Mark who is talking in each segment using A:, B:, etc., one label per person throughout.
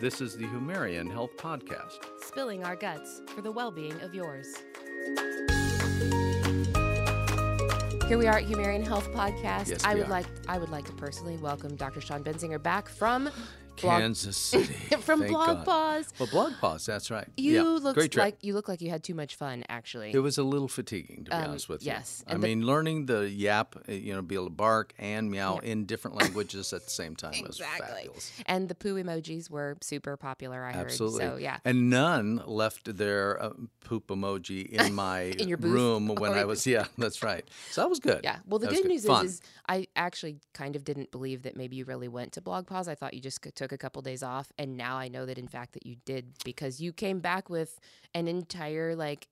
A: This is the Humerian Health Podcast.
B: Spilling our guts for the well being of yours. Here we are at Humerian Health Podcast.
A: Yes,
B: I
A: we
B: would
A: are.
B: like I would like to personally welcome Dr. Sean Benzinger back from blog,
A: Kansas City.
B: from
A: Thank
B: Blog
A: God.
B: Pause.
A: Well, blog pause. That's right.
B: You
A: yeah.
B: looked
A: Great trip.
B: like you look like you had too much fun actually.
A: it was a little fatiguing, to be
B: Um,
A: honest with
B: yes,
A: you. I
B: and the-
A: mean, learning the yap, uh, you know, be able to bark and meow in different languages at the same time was fabulous.
B: And the poo emojis were super popular, I heard.
A: Absolutely.
B: So yeah.
A: And none left their uh, poop emoji in my
B: In your booth
A: room when
B: or
A: I
B: your-
A: was. Yeah, that's right. So that was good.
B: Yeah. Well, the
A: That was
B: good news
A: Fun.
B: is, is I actually kind of didn't believe that maybe you really went to Blog Pause. I thought you just c- took a couple days off, and now I know that in fact that you did because you came back with an entire like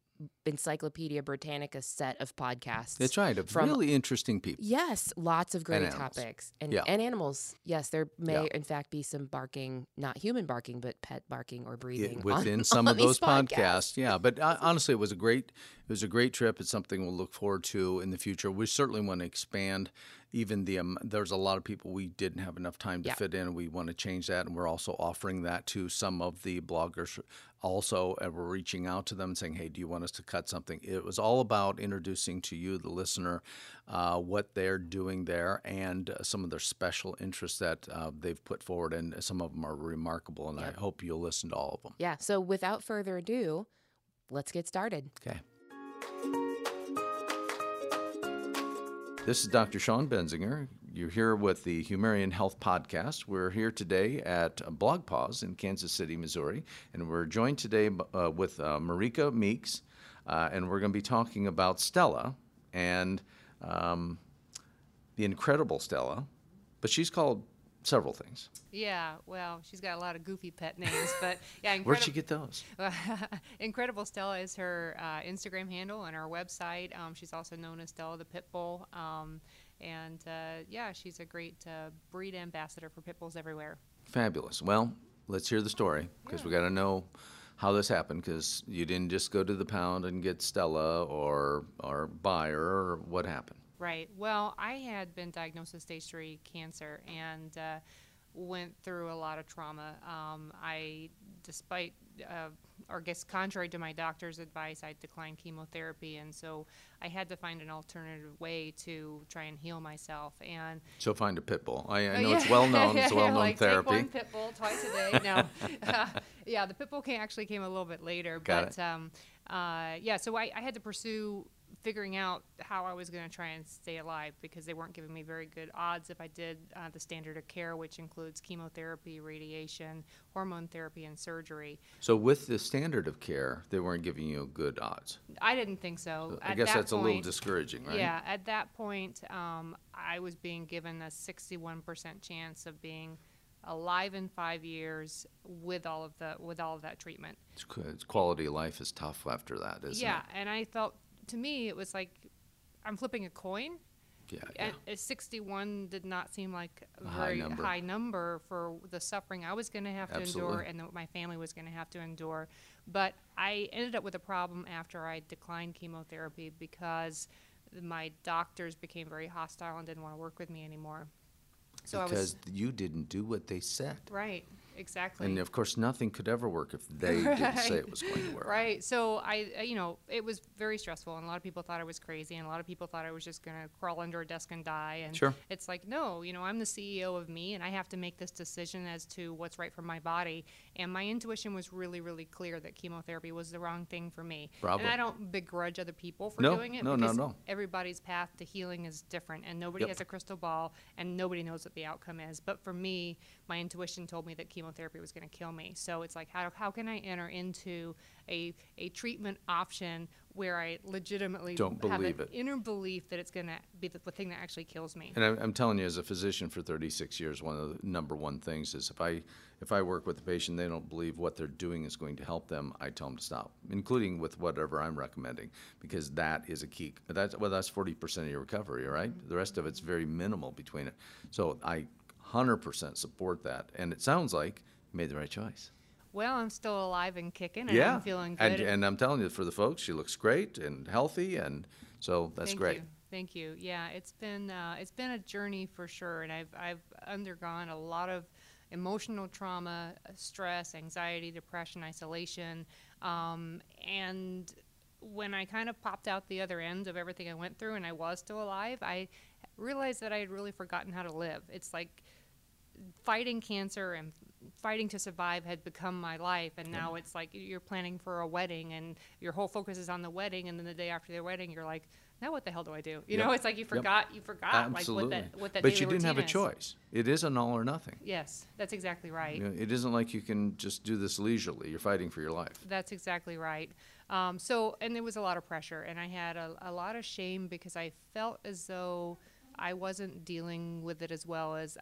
B: Encyclopedia Britannica set of podcasts.
A: That's right. Of
B: from-
A: really interesting people.
B: Yes, lots of great
A: animals.
B: topics and
A: Yeah.
B: and animals. Yes, there may
A: Yeah.
B: in fact be some barking, not human barking, but pet barking or
A: Yeah,
B: breathing. on-
A: within some
B: on
A: of those
B: these podcasts.
A: Yeah, but uh, honestly, it was a great it was a great trip. It's something we'll look forward to in the future. We certainly want to expand. Even the um, there's a lot of people we didn't have enough time to
B: Yeah.
A: fit in. We want to change that, and we're also offering that to some of the bloggers. Also, and we're reaching out to them and saying, "Hey, do you want us to cut something?" It was all about introducing to you, the listener, uh, what they're doing there and uh, some of their special interests that uh, they've put forward, and some of them are remarkable. And I hope you'll listen to all of them.
B: Yeah. So without further ado, let's get started.
A: Okay. This is Dr. Sean Benzinger. You're here with the Humerian Health Podcast. We're here today at Blog Pause in Kansas City, Missouri, and we're joined today uh, with uh, Marika Meeks, uh, and we're going to be talking about Stella and um, the incredible Stella, but she's called several things.
C: Yeah, well, she's got a lot of goofy pet names, but yeah,
A: Where'd she
C: incredible.
A: get those?
C: Incredible Stella is her uh, Instagram handle and our website. Um, she's also known as Stella the Pit Bull, um, and uh, yeah, she's a great uh, breed ambassador for pit bulls everywhere.
A: Fabulous. Well, let's hear the story because we got to know how this happened because you didn't just go to the pound and get Stella or or Buyer or what happened.
C: Right. Well, I had been diagnosed with stage three cancer and uh, went through a lot of trauma. Um, I, despite, uh, or I guess contrary to my doctor's advice, I declined chemotherapy, and so I had to find an alternative way to try and heal myself. And
A: So find a pit bull. I, I know
C: Oh, Uh, yeah.
A: it's well known. It's a
C: Yeah,
A: well known
C: like,
A: therapy.
C: Take one pit bull twice a day. No, Uh, yeah, the pit bull can actually came a little bit later,
A: Got
C: but
A: it.
C: um, uh, yeah. So I, I had to pursue figuring out how I was going to try and stay alive because they weren't giving me very good odds if I did uh, the standard of care, which includes chemotherapy, radiation, hormone therapy, and surgery.
A: So with the standard of care, they weren't giving you good odds.
C: I didn't think so.
A: I
C: At
A: guess
C: that
A: that's a little
C: point-
A: discouraging, right?
C: Yeah, at that point, um, I was being given a 61% chance of being alive in five years with all of the with all of that treatment.
A: It's, qu- it's quality of life is tough after that, isn't
C: yeah,
A: it?
C: and I felt to me it was like I'm flipping a coin.
A: Yeah. Yeah.
C: And uh, 61 did not seem like a
A: A high
C: very
A: number.
C: high number for the suffering I was going to have to endure
A: Absolutely.
C: and that my family was going to have to endure. But I ended up with a problem after I declined chemotherapy because my doctors became very hostile and didn't want to work with me anymore. So I
A: because
C: was
A: you didn't do what they said.
C: right, exactly.
A: And of course, nothing could ever work if they didn't say it was going to work.
C: Right. So I, I- you know, it was very stressful, and a lot of people thought I was crazy, and a lot of people thought I was just going to crawl under a desk and die. And
A: Sure.
C: it's like, no, you know, I'm the CEO of me, and I have to make this decision as to what's right for my body. And my intuition was really, really clear that chemotherapy was the wrong thing for me.
A: Bravo.
C: And I don't begrudge other people for
A: No,
C: doing it.
A: no, not
C: because
A: at all.
C: Everybody's path to healing is different, and nobody
A: Yep.
C: has a crystal ball, and nobody knows what the outcome is. But for me, my intuition told me that chemotherapy was going to kill me. So it's like, how, how can I enter into a, a treatment option where I legitimately
A: Don't
C: have
A: believe
C: an
A: it.
C: inner belief that it's going to be the, the thing that actually kills me?
A: And I'm, I'm telling you, as a physician for 36 years, one of the number one things is if I if I work with a patient, they don't believe what they're doing is going to help them. I tell them to stop, including with whatever I'm recommending, because that is a key. That's well, that's 40% of your recovery, right? The rest of it's very minimal between it. So I 100% support that, and it sounds like you made the right choice.
C: Well, I'm still alive and kicking, and I'm feeling
A: And,
C: good.
A: and I'm telling you, for the folks, she looks great and healthy, and so that's
C: Thank
A: great.
C: You. Thank you. Yeah, it's been uh, it's been a journey for sure, and I've I've undergone a lot of emotional trauma, uh, stress, anxiety, depression, isolation. Um, and when I kind of popped out the other end of everything I went through and I was still alive, I realized that I had really forgotten how to live. It's like fighting cancer and fighting to survive had become my life and now it's like you're planning for a wedding and your whole focus is on the wedding and then the day after the wedding you're like now what the hell do i do you
A: Yep.
C: know it's like you forgot you forgot
A: Absolutely.
C: Ah, like what that what that
A: but
C: daily
A: you didn't have a
C: routine is.
A: choice. It is an all or nothing.
C: yes that's exactly right
A: You know, it isn't like you can just do this leisurely. You're fighting for your life.
C: That's exactly right. Um, so, and there was a lot of pressure, and I had a, a lot of shame because I felt as though I wasn't dealing with it as well as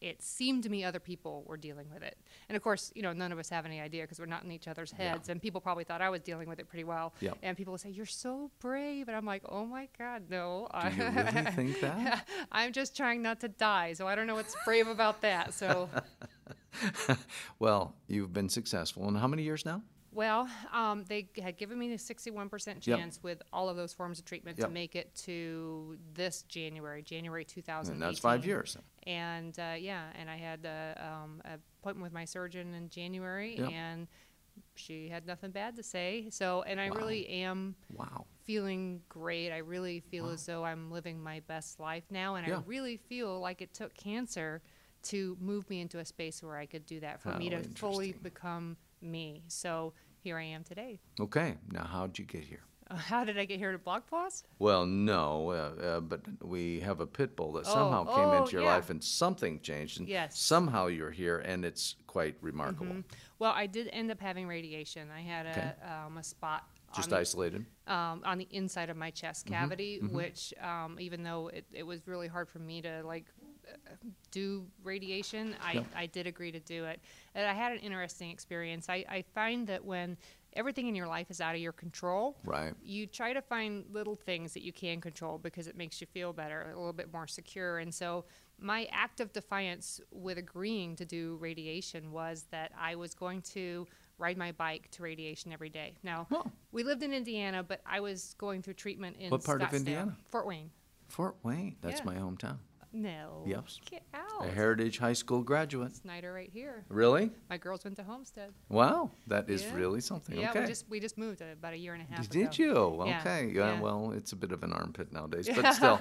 C: it seemed to me other people were dealing with it. And of course, you know, none of us have any idea because we're not in each other's heads, and people probably thought I was dealing with it pretty well.
A: Yeah.
C: And people would say, You're so brave. And I'm like, Oh my God, no.
A: Do you really think that?
C: I'm just trying not to die, so I don't know what's brave about that. So,
A: Well, you've been successful in how many years now?
C: Well, um, they had given me a 61%
A: Yep.
C: chance with all of those forms of treatment
A: Yep.
C: to make it to this January, January 2018.
A: And that's five years.
C: And uh, yeah, and I had uh, um, an appointment with my surgeon in January,
A: Yep.
C: and she had nothing bad to say. So, and I
A: Wow.
C: really am
A: Wow.
C: feeling great. I really feel as though I'm living my best life now, and
A: Yeah.
C: I really feel like it took cancer to move me into a space where I could do that for me
A: How
C: to fully
A: Oh, interesting.
C: become me. So here I am today.
A: Okay. Now, how'd you get here?
C: Uh, How did I get here to Blog Pause?
A: Well, no, uh, uh, but we have a pit bull that
C: Oh,
A: somehow came
C: oh,
A: into your
C: yeah.
A: life and something changed, and
C: Yes. Mm-hmm.
A: somehow you're here, and it's quite remarkable.
C: Well, I did end up having radiation. I had
A: Okay.
C: a um, a spot.
A: Just
C: on,
A: isolated.
C: um, on the inside of my chest cavity, which um, even though it, it was really hard for me to like uh, do radiation, I,
A: Yeah.
C: I did agree to do it. And I had an interesting experience. I, I find that when everything in your life is out of your control,
A: Right.
C: you try to find little things that you can control because it makes you feel better, a little bit more secure. And so, my act of defiance with agreeing to do radiation was that I was going to ride my bike to radiation every day. Now,
A: Oh.
C: we lived in Indiana, but I was going through treatment in
A: What part of
C: Scottsdale,
A: Indiana?
C: Fort Wayne.
A: Fort Wayne. That's
C: Yeah. Oh,
A: my hometown.
C: No.
A: Yes.
C: Get
A: A
C: out.
A: Heritage High School graduate.
C: Snyder right here.
A: Really?
C: My girls went to Homestead.
A: Wow. That is
C: Yeah.
A: really something.
C: Yeah,
A: okay.
C: we just we just moved uh, about a year and a half ago.
A: Did you?
C: Yeah,
A: Okay. Yeah,
C: yeah.
A: Well, it's a bit of an armpit nowadays, but still.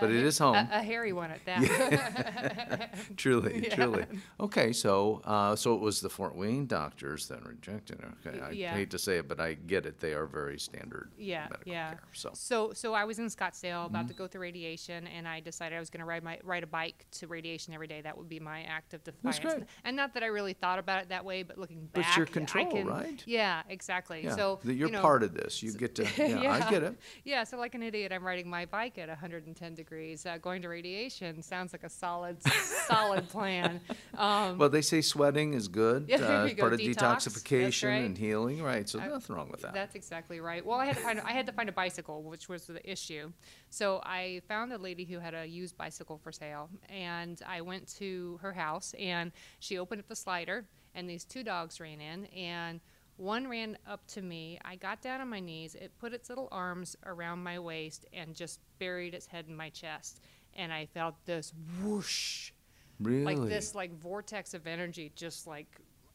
A: but it is home.
C: A hairy one at that.
A: truly, truly. Okay. So, uh, so it was the Fort Wayne doctors that rejected it. Okay.
C: Y-
A: I
C: yeah.
A: hate to say it, but I get it. They are very standard.
C: yeah,
A: medical
C: yeah.
A: Care, so. Mm-hmm.
C: so so I was in Scottsdale about to go through radiation, and I decided I was going to ride my ride a bike to radiation every day. That would be my act of defiance.
A: great.
C: And not that I really thought about it that way, but looking
A: But
C: back,
A: it's your
C: I
A: control,
C: can-
A: right?
C: Yeah, exactly.
A: Yeah,
C: So
A: that you're
C: you know,
A: part of this. You get to. Yeah, I get it.
C: Yeah, so like an idiot, I'm riding my bike at 110 degrees, uh, going to radiation. Sounds like a solid, solid plan. Um,
A: Well, they say sweating is good.
C: Yeah, there
A: uh,
C: you go,
A: part of
C: detox, that's
A: detoxification
C: right. Uh,
A: and healing, right? So nothing wrong with that.
C: That's exactly right. Well, I had to find I had to find a bicycle, which was the issue. So I found a lady who had a used bicycle for sale, and I went to her house, and she opened up the slider, and these two dogs ran in, and one ran up to me. I got down on my knees. It put its little arms around my waist and just buried its head in my chest, and I felt this whoosh
A: really.
C: like this like vortex of energy just like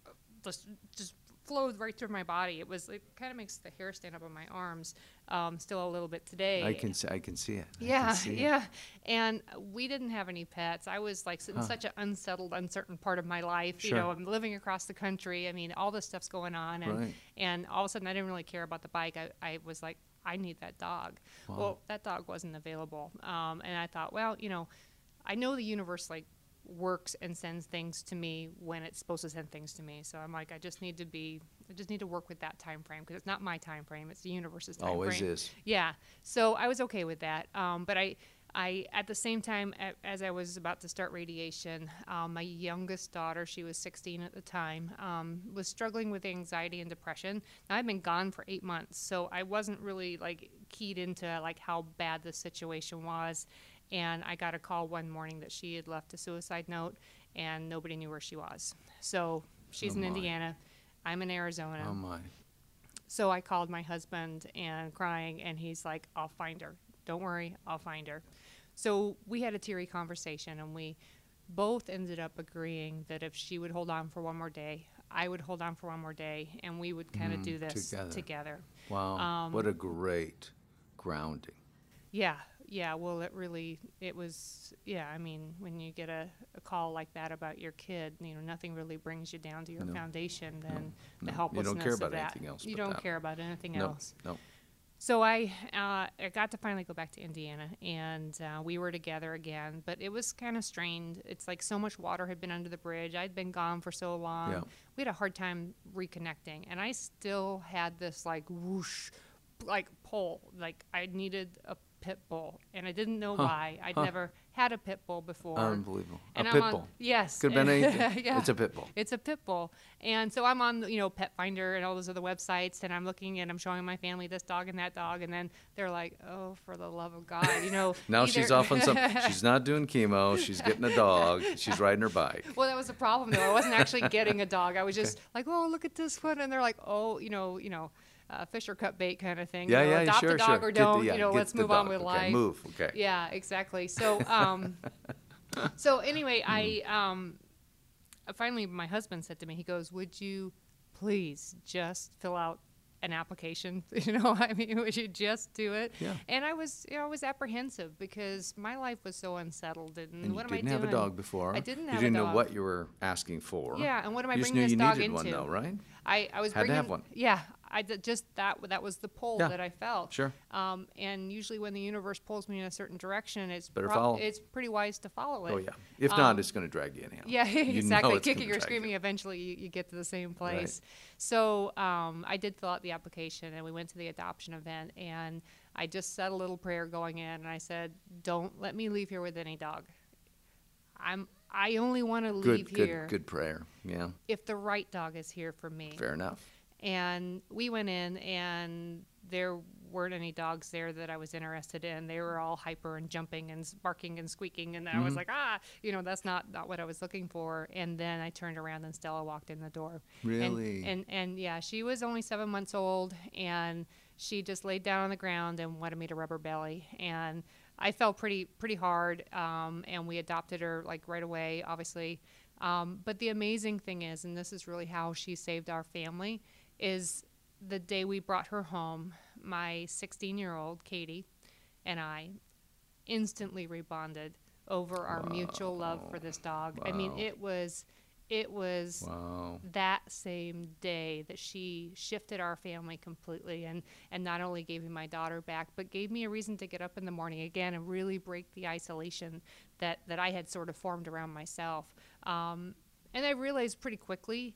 C: uh, just just flowed right through my body it was it kind of makes the hair stand up on my arms um, still a little bit today
A: I can see. I can see it. I can
C: yeah
A: see it.
C: yeah and we didn't have any pets i was like s- in such an unsettled uncertain part of my life you
A: Sure.
C: know i'm living across the country i mean all this stuff's going on and
A: Right.
C: and all of a sudden i didn't really care about the bike i, I was like i need that dog well that dog wasn't available um, and i thought well you know i know the universe like works and sends things to me when it's supposed to send things to me so i'm like i just need to be i just need to work with that time frame because it's not my time frame it's the universe's time
A: Always
C: frame
A: is.
C: yeah. So I was okay with that. Um, but I, I at the same time a- as I was about to start radiation, um, my youngest daughter, she was 16 at the time, um, was struggling with anxiety and depression. Now, I've been gone for eight months, so I wasn't really like keyed into like how bad the situation was. And I got a call one morning that she had left a suicide note, and nobody knew where she was. So she's
A: Oh,
C: in
A: my.
C: Indiana. I'm in Arizona.
A: Oh my.
C: So I called my husband and crying, and he's like, I'll find her. Don't worry, I'll find her. So we had a teary conversation, and we both ended up agreeing that if she would hold on for one more day, I would hold on for one more day, and we would kind of do this
A: Mm, together.
C: together.
A: Wow. what a
C: Um,
A: great grounding.
C: Yeah, yeah. Well, it really, it was, yeah. I mean, when you get a, a call like that about your kid, you know, nothing really brings you down to your foundation than the
A: You
C: helplessness
A: don't care about
C: of that.
A: anything else
C: You
A: but
C: don't
A: that.
C: care about anything else.
A: No, no.
C: So I, uh, I got to finally go back to Indiana, and uh, we were together again. But it was kind of strained. It's like so much water had been under the bridge. I'd been gone for so long.
A: Yeah.
C: We had a hard time reconnecting, and I still had this like whoosh, like pull. Like I needed a pit bull, and I didn't know why. I'd never had a pit bull before.
A: Unbelievable. A
C: And I'm
A: pit
C: on-
A: bull.
C: yes.
A: Could have been anything.
C: Yeah.
A: It's a pit bull.
C: It's a pit bull. And so I'm on, you know, Pet Finder and all those other websites, and I'm looking and I'm showing my family this dog and that dog, and then they're like, oh, for the love of God, you know.
A: Now
C: either-
A: she's off on some. She's not doing chemo. She's getting a dog. She's riding her bike.
C: Well, that was the problem though. I wasn't actually getting a dog. I was just like, oh, look at this one, and they're like, oh, you know, you know, uh, Fisher cut bait kind of thing.
A: Yeah,
C: you know,
A: yeah,
C: adopt
A: sure,
C: a dog
A: sure.
C: or
A: Get the-
C: don't.
A: yeah,
C: you know,
A: get
C: let's
A: the
C: move on
A: dog.
C: with
A: Okay,
C: life.
A: move, okay.
C: Yeah, exactly. So, um, so anyway, I
A: Hmm.
C: um, uh, finally my husband said to me, he goes, "Would you please just fill out an application? You know, I mean, would you just do it?"
A: Yeah.
C: And I was, you know, I was apprehensive because my life was so unsettled, and,
A: And you
C: what am I
A: didn't have a
C: doing?
A: dog before.
C: I didn't
A: You
C: have a
A: didn't know
C: dog.
A: what you were asking for.
C: Yeah, and what am I
A: you just knew
C: bringing this
A: you
C: dog
A: needed one,
C: into?
A: though, right? Oh,
C: I, I was
A: Had to
C: bringing,
A: have one.
C: Yeah, I d- just that that was the pull
A: Yeah,
C: that I felt.
A: sure.
C: Um, and usually when the universe pulls me in a certain direction, it's
A: Better
C: prob-
A: follow.
C: It's pretty wise to follow it.
A: Oh yeah. If not, it's going to drag you anyhow.
C: um, Yeah,
A: You know it's
C: exactly.
A: gonna
C: Kicking or
A: drag you.
C: screaming, eventually you, you get to the same place. So um, I did fill out the application and we went to the adoption event. And I just said a little prayer going in and I said, Don't let me leave here with any dog. I'm, I only want to leave
A: Good,
C: here
A: good, good prayer. Yeah.
C: if the right dog is here for me.
A: Fair enough.
C: And we went in, and there weren't any dogs there that I was interested in. They were all hyper and jumping and s- barking and squeaking, and I was like, ah, you know, that's not not what I was looking for. And then I turned around, and Stella walked in the door. And-
A: Really?
C: And and, yeah, she was only seven months old, and she just laid down on the ground and wanted me to rub her belly, and I fell pretty pretty hard, um, and we adopted her like right away, obviously. Um, but the amazing thing is, and this is really how she saved our family, is the day we brought her home, my 16 year old Katie and I instantly rebonded over our mutual love for this dog. I mean,
A: Wow.
C: it was, it was
A: Wow.
C: that same day that she shifted our family completely and, and not only gave me my daughter back, but gave me a reason to get up in the morning again and really break the isolation that, that I had sort of formed around myself. Um, and I realized pretty quickly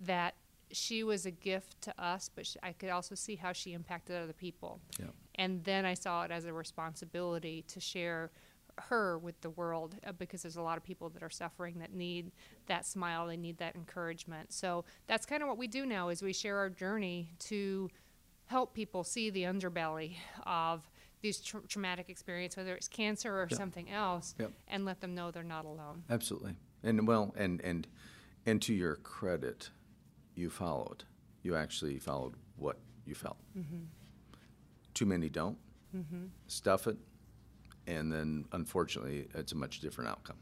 C: that she was a gift to us, but sh I could also see how she impacted other people.
A: Yeah.
C: And then I saw it as a responsibility to share her with the world uh, because there's a lot of people that are suffering that need that smile, they need that encouragement. So that's kind of what we do now is we share our journey to help people see the underbelly of these tra- traumatic experience, whether it's cancer or something else,
A: Yep.
C: and let them know they're not alone.
A: Absolutely. And well, and and and to your credit, you followed. You actually followed what you felt.
C: Mm-hmm.
A: Too many don't. Stuff it, and then unfortunately, it's a much different outcome.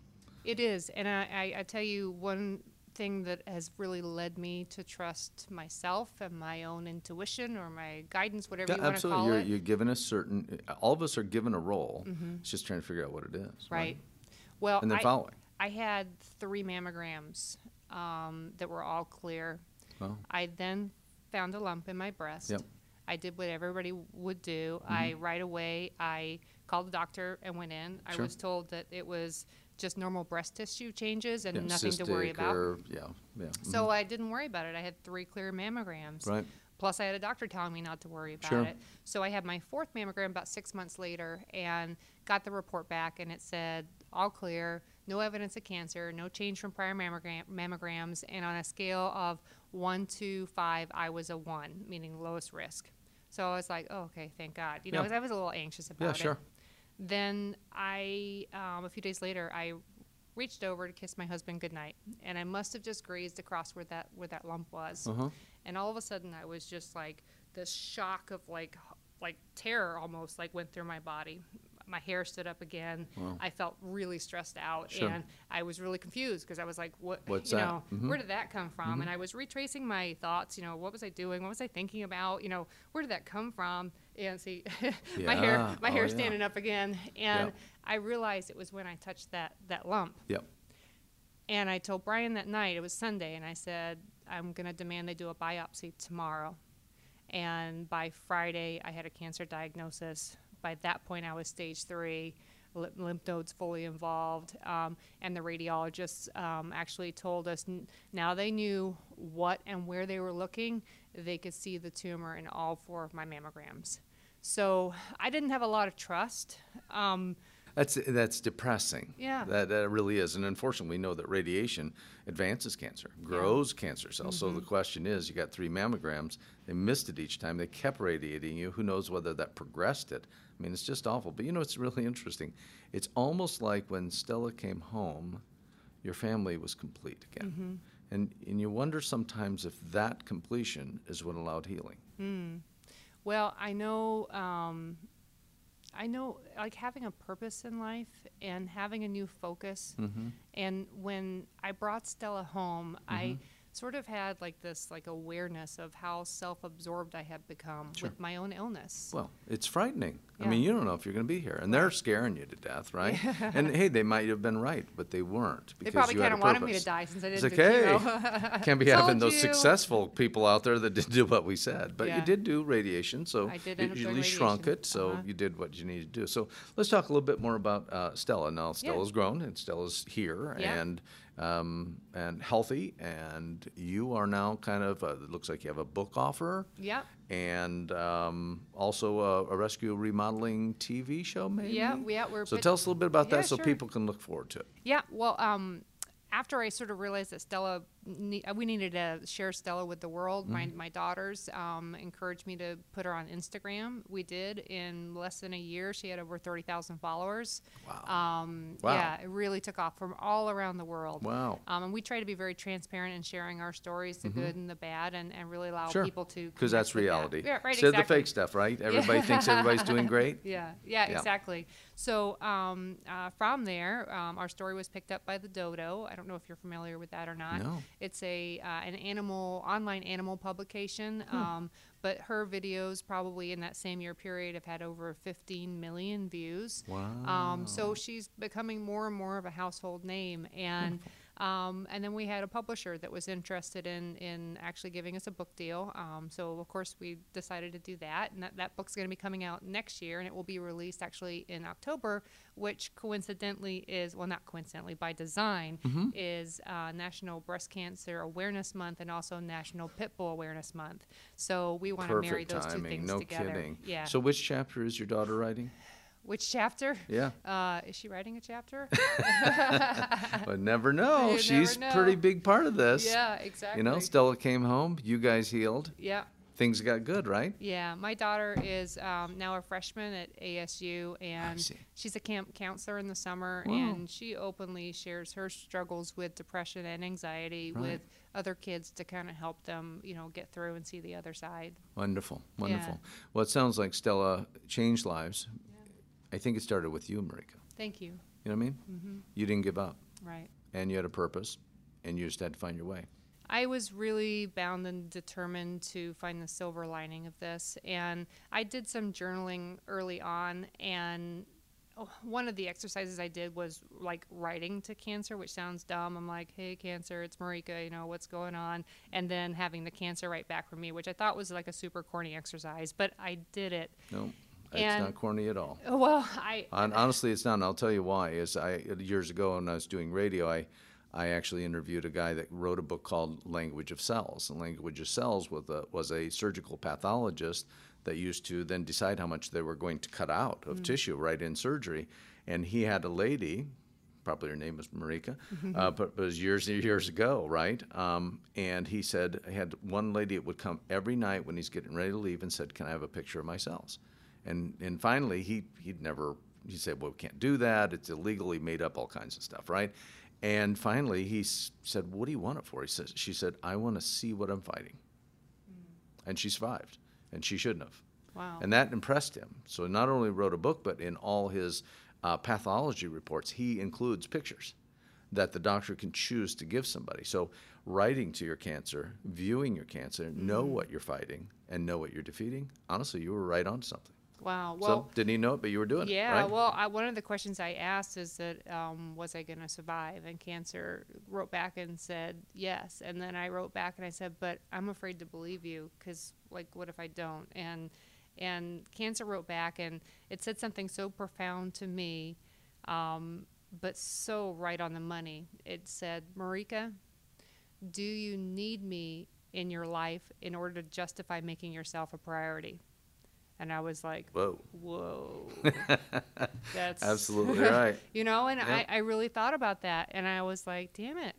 C: It is, and I, I, I tell you one thing that has really led me to trust myself and my own intuition or my guidance, whatever you want to
A: absolutely.
C: call
A: You're,
C: it. Mm-hmm.
A: you're given a certain. All of us are given a role. It's just trying to figure out what it is.
C: right. Well,
A: And then
C: I,
A: follow it.
C: I had three mammograms um, that were all clear.
A: Wow.
C: I then found a lump in my breast.
A: Yep. Mm-hmm.
C: I did what everybody would do. I right away I called the doctor and went in. I
A: Sure.
C: was told that it was just normal breast tissue changes and
A: Yeah,
C: nothing to worry
A: cystic
C: about.
A: or- yeah. Yeah.
C: So I didn't worry about it. I had three clear mammograms.
A: Mm-hmm. Right.
C: Plus, I had a doctor telling me not to worry about
A: Sure.
C: it. So I had my fourth mammogram about six months later and got the report back, and it said all clear, no evidence of cancer, no change from prior mammogram, mammograms, and on a scale of one to five, I was a one, meaning lowest risk. So I was like, oh, okay, thank God. You know,
A: Yeah.
C: 'cause I was a little anxious about
A: Yeah,
C: it
A: sure.
C: then I, um, a few days later, I reached over to kiss my husband goodnight, and I must have just grazed across where that where that lump was,
A: Uh-huh.
C: and all of a sudden I was just like this shock of like h- like terror almost like went through my body. my hair stood up again. I felt really stressed out,
A: Sure.
C: and I was really confused because I was like, "What?
A: What's
C: you
A: that? Mm-hmm.
C: know, where did that come from?" And I was retracing my thoughts. You know, what was I doing? What was I thinking about? You know, where did that come from? And see, my
A: Yeah.
C: hair, my
A: Oh,
C: hair
A: yeah.
C: standing up again, and
A: Yep.
C: I realized it was when I touched that that lump.
A: Yep.
C: And I told Brian that night, it was Sunday, and I said, I'm going to demand they do a biopsy tomorrow. And by Friday, I had a cancer diagnosis. By that point, I was stage three, lymph- lymph nodes fully involved. Um, and the radiologists um, actually told us n- now they knew what and where they were looking, they could see the tumor in all four of my mammograms. So I didn't have a lot of trust. Um,
A: That's that's depressing.
C: Yeah.
A: That that really is, and unfortunately, we know that radiation advances cancer, grows cancer cells. So the question is, you got three mammograms. They missed it each time. They kept radiating you. Who knows whether that progressed it? I mean, it's just awful. But you know, it's really interesting. It's almost like when Stella came home, your family was complete again. And, and you wonder sometimes if that completion is what allowed healing.
C: Well, I know, um, I know, like having a purpose in life and having a new focus.
A: Mm-hmm.
C: And when I brought Stella home,
A: Mm-hmm.
C: I sort of had like this like awareness of how self-absorbed I have become with my own illness.
A: Well, it's frightening. I
C: Yeah.
A: mean, you don't know if you're going to be here, and they're scaring you to death, right? and hey, they might have been right, but they weren't because
C: they probably
A: you had
C: kind
A: a
C: of wanted me
A: purpose.
C: to die since I
A: It's
C: didn't
A: like,
C: do chemo.
A: hey, can't be having
C: Told
A: those
C: you.
A: successful people out there that didn't do what we said. But you
C: Yeah.
A: did do radiation, so
C: I did
A: you,
C: end up
A: you at
C: doing
A: least shrunk
C: radiation.
A: it. So
C: Uh-huh.
A: you did what you needed to do. So let's talk a little bit more about uh, Stella. Now Stella's grown and Stella's here
C: Yeah.
A: and um, and healthy, and you are now kind of uh, it looks like you have a book offer
C: Yep.
A: and um, also a, a rescue remodeling TV show, maybe.
C: Yeah, yeah, we're
A: So
C: put-
A: tell us a little bit about
C: Yeah,
A: that, so
C: sure.
A: people can look forward to it.
C: Yeah, well, um, after I sort of realized that Stella, ne- uh, we needed to share Stella with the world. My,
A: Mm-hmm.
C: my daughters um, encouraged me to put her on Instagram. We did. In less than a year, she had over 30,000 followers. Wow. Um,
A: Wow.
C: Yeah, it really took off from all around the world.
A: Wow. Mm-hmm.
C: Um, and we try to be very transparent in sharing our stories, the good and the bad, and, and really allow
A: Sure.
C: people to.
A: Because that's
C: connect with that.
A: reality.
C: Yeah, right,
A: Instead of the
C: exactly.
A: fake stuff, right? Everybody thinks everybody's doing great.
C: Yeah, yeah,
A: Yeah.
C: exactly. So um, uh, from there, um, our story was picked up by the Dodo. I don't know if you're familiar with that or not.
A: No.
C: It's a uh, an animal online animal publication.
A: Hmm.
C: Um, but her videos probably in that same year period have had over 15 million views. Um,
A: Oh.
C: so she's becoming more and more of a household name and. Um, and then we had a publisher that was interested in in actually giving us a book deal. Um, so of course we decided to do that, and that, that book's going to be coming out next year, and it will be released actually in October, which coincidentally is well not coincidentally by design
A: Mm-hmm.
C: is uh, National Breast Cancer Awareness Month and also National Pit Bull Awareness Month. So we want to marry
A: Perfect
C: those two
A: timing.
C: things
A: No
C: together.
A: kidding.
C: Yeah.
A: So which chapter is your daughter writing?
C: which chapter?
A: Yeah.
C: Uh, is she writing a chapter?
A: but never know.
C: You
A: She's
C: never know.
A: pretty big part of this.
C: yeah, exactly.
A: You know, Stella came home. You guys healed.
C: yeah.
A: Things got good, right?
C: Yeah, my daughter is um, now a freshman at ASU, and
A: see.
C: she's a camp counselor in the summer,
A: Wow.
C: and she openly shares her struggles with depression and anxiety
A: Right.
C: with other kids to kind of help them, you know, get through and see the other side.
A: Wonderful, wonderful. Well, it sounds like Stella changed lives. I think it started with you, Marika.
C: Thank you.
A: You know what I mean? You didn't give up,
C: Right.
A: and you had a purpose, and you just had to find your way.
C: I was really bound and determined to find the silver lining of this. And I did some journaling early on. And oh, one of the exercises I did was like writing to cancer, which sounds dumb. I'm like, hey, cancer, it's Marika, you know, what's going on? And then having the cancer write back for me, which I thought was like a super corny exercise, but I did it.
A: No, it's not
C: And-
A: corny at all.
C: Well, I.
A: Hon- honestly, it's not, and I'll tell you why. Is I years ago when I was doing radio, I I actually interviewed a guy that wrote a book called Language of Cells. And Language of Cells was a, was a surgical pathologist that used to then decide how much they were going to cut out of tissue right in surgery. And he had a lady, probably her name was Marika, uh, but it was years and years ago, right? Um, and he said, I had one lady that would come every night when he's getting ready to leave and said, Can I have a picture of my cells? And and finally, he he'd never he said, "Well, we can't do that. It's illegal." He made up all kinds of stuff, right? And finally, he s- said, "What do you want it for?" He says, "She said, I want to see what I'm fighting." And she survived, and she shouldn't have.
C: Wow.
A: And that impressed him. So not only wrote a book, but in all his uh, pathology reports, he includes pictures that the doctor can choose to give somebody. So writing to your cancer, viewing your cancer, know
C: Mm.
A: what you're fighting and know what you're defeating. Honestly, you were right on something.
C: Wow. Well,
A: so didn't he know it, but you were doing it.
C: yeah.
A: right?
C: Well, I, one of the questions I asked is that um, was I going to survive? And cancer wrote back and said yes. And then I wrote back and I said, but I'm afraid to believe you because like, what if I don't? And and cancer wrote back and it said something so profound to me, um, but so right on the money. It said, Marika, do you need me in your life in order to justify making yourself a priority? And I was like,
A: Whoa.
C: whoa that's
A: Absolutely right.
C: you know and
A: Yep.
C: I, I really thought about that and i was like damn it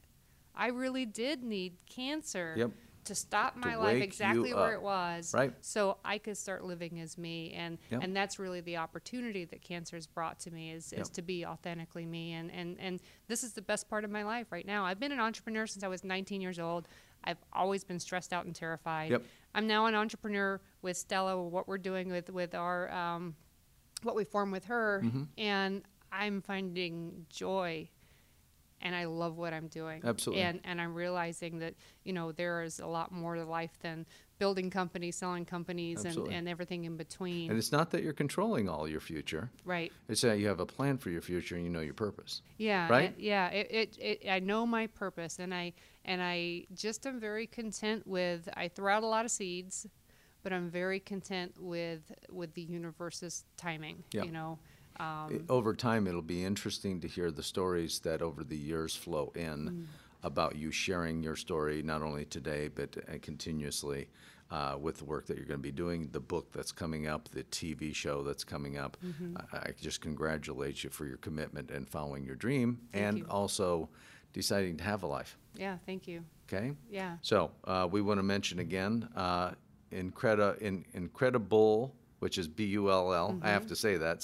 C: i really did need cancer
A: Yep.
C: to stop my
A: wake
C: life
A: you
C: exactly where
A: up.
C: it was
A: Right.
C: so i could start living as me and
A: Yep.
C: and that's really the opportunity that cancer has brought to me is, is
A: Yep.
C: to be authentically me and, and and this is the best part of my life right now i've been an entrepreneur since i was 19 years old i've always been stressed out and terrified
A: Yep.
C: i'm now an entrepreneur with stella what we're doing with with our um, what we form with her
A: Mm-hmm.
C: and i'm finding joy and i love what i'm doing
A: Absolutely.
C: and and i'm realizing that you know there is a lot more to life than building companies selling companies and,
A: Absolutely.
C: and everything in between
A: And it's not that you're controlling all your future.
C: right
A: It's that you have a plan for your future and you know your purpose.
C: yeah
A: Right?
C: it- yeah it, it, it i know my purpose and i and i just am very content with i throw out a lot of seeds but i'm very content with with the universe's timing
A: Yeah.
C: you know um,
A: I- over time, it'll be interesting to hear the stories that over the years flow in about you sharing your story, not only today, but uh, continuously uh, with the work that you're going to be doing, the book that's coming up, the TV show that's coming up. I, I just congratulate you for your commitment and following your dream and
C: you.
A: also deciding to have a life.
C: yeah thank you
A: Okay?
C: yeah
A: So uh, we want to mention again, uh, Incredi- in, Incredible, which is B U L L. I
C: Mm-hmm.
A: have to say that,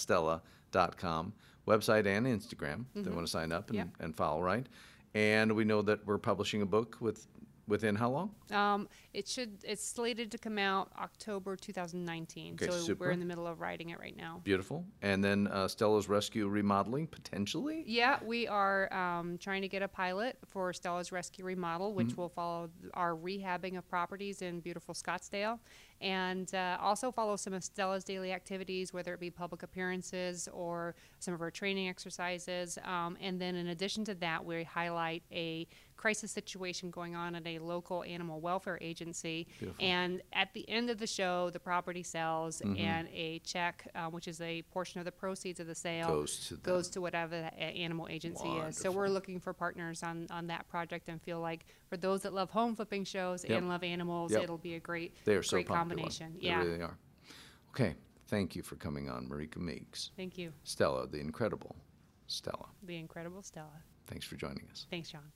A: Stella.com, website and Instagram. if They want to sign up and,
C: Mm-hmm. Yep.
A: and follow, right? And we know that we're publishing a book with within how long?
C: Um, it should. It's slated to come out October 2019.
A: Okay,
C: so
A: super.
C: we're in the middle of writing it right now.
A: Beautiful. And then uh, Stella's Rescue Remodeling, potentially?
C: Yeah, we are um, trying to get a pilot for Stella's Rescue Remodel, which will follow th- our rehabbing of properties in beautiful Scottsdale, and uh, also follow some of Stella's daily activities, whether it be public appearances or some of her training exercises. Um, and then, in addition to that, we highlight a crisis situation going on at a local animal welfare agency. And at the end of the show, the property sells, and a check, uh, which is a portion of the proceeds of the sale,
A: Goes to the-
C: goes to whatever that a- animal agency is. So we're looking for partners on, on that project and feel like for those that love home flipping shows
A: Yep.
C: and love animals,
A: Yep.
C: it'll be a great,
A: They are so
C: great
A: popular.
C: combination.
A: They
C: yeah.
A: really are. Okay. Thank you for coming on, Marika Meeks.
C: Thank you,
A: Stella, the incredible Stella.
C: the incredible Stella.
A: Thanks for joining us.
C: Thanks, John.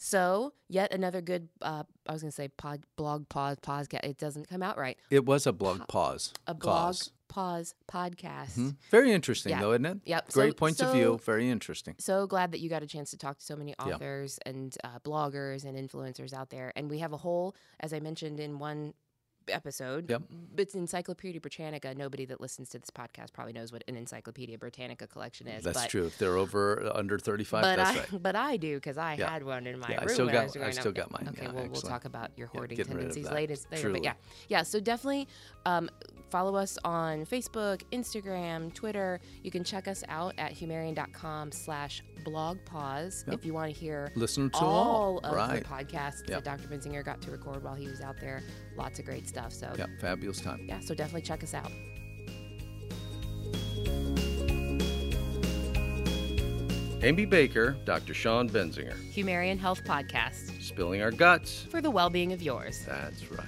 B: So, yet another good, uh, I was going to say pod, blog, pause, podcast. It doesn't come out right.
A: It was a blog pause. Hmm?
B: A blog, pause, podcast.
A: Very interesting,
B: Yeah.
A: though, isn't it?
B: Yep.
A: Great
B: So-
A: points of
B: so-
A: view. Very interesting.
B: So glad that you got a chance to talk to so many authors and uh, bloggers and influencers out there. And we have a whole, as I mentioned in one episode,
A: Yep.
B: it's Encyclopedia Britannica. Nobody that listens to this podcast probably knows what an Encyclopedia Britannica collection is.
A: That's
B: but,
A: true. If they're over uh, under 35,
B: But
A: that's
B: I,
A: right.
B: but I do because I
A: Yeah.
B: had one in my
A: Yeah, I
B: room.
A: still
B: when
A: got-
B: I, was
A: I
B: growing up.
A: still got mine.
B: Okay,
A: Yeah,
B: well, we'll
A: excellent.
B: talk about your hoarding
A: getting rid of
B: tendencies
A: that.
B: later. later
A: Truly.
B: but yeah, yeah. So definitely um, follow us on Facebook, Instagram, Twitter. You can check us out at humarian.com slash blog pause if you want to hear
A: Listen to
B: all
A: all.
B: of
A: Right.
B: the podcasts
A: Yep.
B: that Dr. Benzinger got to record while he was out there. Lots of great stuff. So
A: Yeah, fabulous time.
B: yeah, so definitely check us out.
A: Amy Baker, Dr. Sean Benzinger,
B: Humarian Health Podcast
A: spilling our guts.
B: for the well-being of yours.
A: That's right.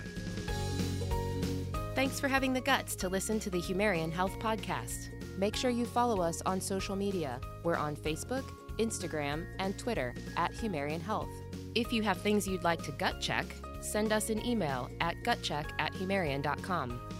B: Thanks for having the guts to listen to the Humarian Health Podcast. Make sure you follow us on social media. We're on Facebook, Instagram, and Twitter at Humarian Health. If you have things you'd like to gut check, send us an email at gutcheck at humarian.com.